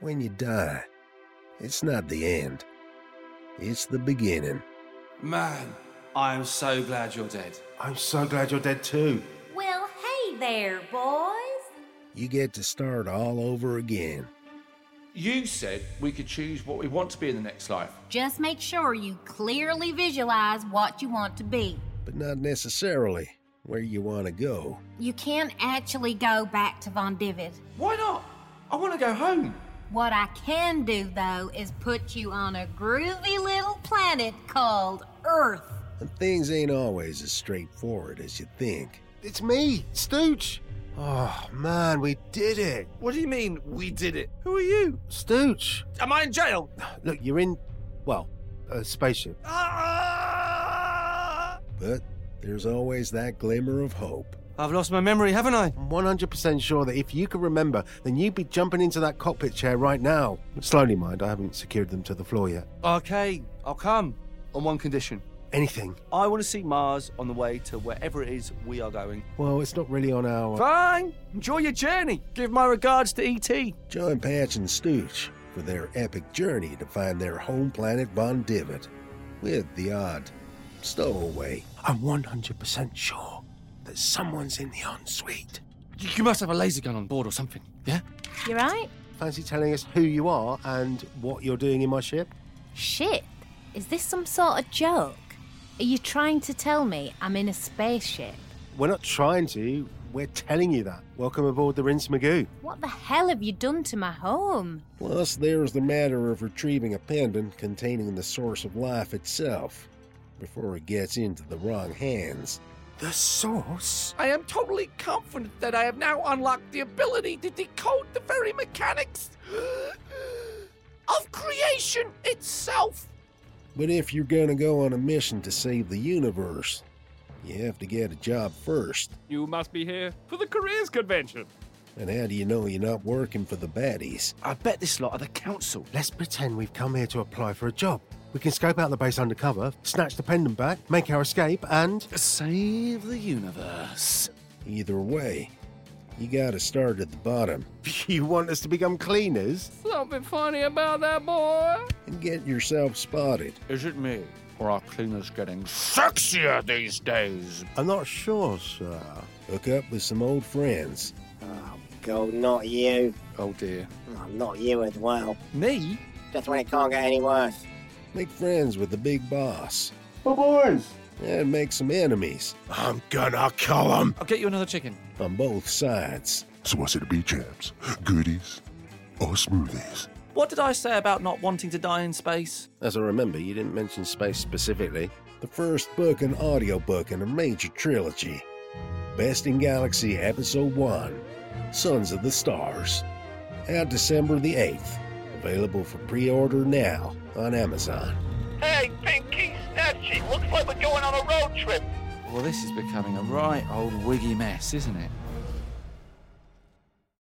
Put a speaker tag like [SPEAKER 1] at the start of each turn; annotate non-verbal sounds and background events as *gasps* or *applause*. [SPEAKER 1] when you die, it's not the end, it's the beginning.
[SPEAKER 2] Man, I am so glad you're dead.
[SPEAKER 3] I'm so glad you're dead too.
[SPEAKER 4] Well, hey there, boys.
[SPEAKER 1] You get to start all over again.
[SPEAKER 2] You said we could choose what we want to be in the next life.
[SPEAKER 4] Just make sure you clearly visualize what you want to be.
[SPEAKER 1] but not necessarily where you want to go.
[SPEAKER 4] You can't actually go back to Von Divid.
[SPEAKER 2] Why not? I want to go home.
[SPEAKER 4] What I can do, though, is put you on a groovy little planet called Earth.
[SPEAKER 1] And things ain't always as straightforward as you think.
[SPEAKER 3] It's me, Stooge. Oh man, we did it.
[SPEAKER 5] What do you mean, we did it? Who are you?
[SPEAKER 3] Stooge.
[SPEAKER 5] Am I in jail?
[SPEAKER 3] Look, you're in, well, a spaceship.
[SPEAKER 5] Ah!
[SPEAKER 1] But there's always that glimmer of hope.
[SPEAKER 5] I've lost my memory, haven't I?
[SPEAKER 3] I'm 100% sure that if you could remember, then you'd be jumping into that cockpit chair right now. Slowly, mind, I haven't secured them to the floor yet.
[SPEAKER 5] Okay, I'll come. On one condition.
[SPEAKER 3] Anything.
[SPEAKER 5] I want to see Mars on the way to wherever it is we are going.
[SPEAKER 3] Well, it's not really on our.
[SPEAKER 5] Fine. Enjoy your journey. Give my regards to E ET.
[SPEAKER 1] John Patch and Stooch for their epic journey to find their home planet Von Divid, with the odd stowaway.
[SPEAKER 3] I'm 100% sure that someone's in the ensuite.
[SPEAKER 5] You must have a laser gun on board or something. Yeah.
[SPEAKER 6] You right?
[SPEAKER 3] Fancy telling us who you are and what you're doing in my ship?
[SPEAKER 6] Shit. Is this some sort of joke? Are you trying to tell me I'm in a spaceship?
[SPEAKER 3] We're not trying to, we're telling you that. Welcome aboard the Rinse Magoo.
[SPEAKER 6] What the hell have you done to my home?
[SPEAKER 1] Plus, there's the matter of retrieving a pendant containing the source of life itself before it gets into the wrong hands.
[SPEAKER 3] The source?
[SPEAKER 5] I am totally confident that I have now unlocked the ability to decode the very mechanics *gasps* of creation itself.
[SPEAKER 1] But if you're gonna go on a mission to save the universe, you have to get a job first.
[SPEAKER 7] You must be here for the careers convention.
[SPEAKER 1] And how do you know you're not working for the baddies?
[SPEAKER 5] I bet this lot are the council.
[SPEAKER 3] Let's pretend we've come here to apply for a job. We can scope out the base undercover, snatch the pendant back, make our escape, and.
[SPEAKER 5] Save the universe.
[SPEAKER 1] Either way, you gotta start at the bottom
[SPEAKER 3] *laughs* You want us to become cleaners?
[SPEAKER 7] Something funny about that boy.
[SPEAKER 1] and get yourself spotted.
[SPEAKER 5] Is it me? Or are cleaners getting sexier these days?
[SPEAKER 3] I'm not sure, sir.
[SPEAKER 1] Hook up with some old friends.
[SPEAKER 8] Oh, God, not you.
[SPEAKER 5] Oh dear.
[SPEAKER 8] Oh, not you as well.
[SPEAKER 5] Me?
[SPEAKER 8] Just when it can't get any worse.
[SPEAKER 1] Make friends with the big boss.
[SPEAKER 3] Oh, boys!
[SPEAKER 1] And make some enemies
[SPEAKER 3] I'm gonna kill them!
[SPEAKER 5] I'll get you another chicken.
[SPEAKER 1] on both sides.
[SPEAKER 9] So what's it to be, chaps? Goodies or smoothies?
[SPEAKER 5] What did I say about not wanting to die in space?
[SPEAKER 3] As I remember, you didn't mention space specifically.
[SPEAKER 1] The first book and audiobook in a major trilogy Best in Galaxy Episode 1 Sons of the Stars. Out December the 8th. Available for pre order now on Amazon.
[SPEAKER 10] Hey, Pinky Snatchy, looks like we're going on a road trip.
[SPEAKER 5] Well, this is becoming a right old wiggy mess, isn't it?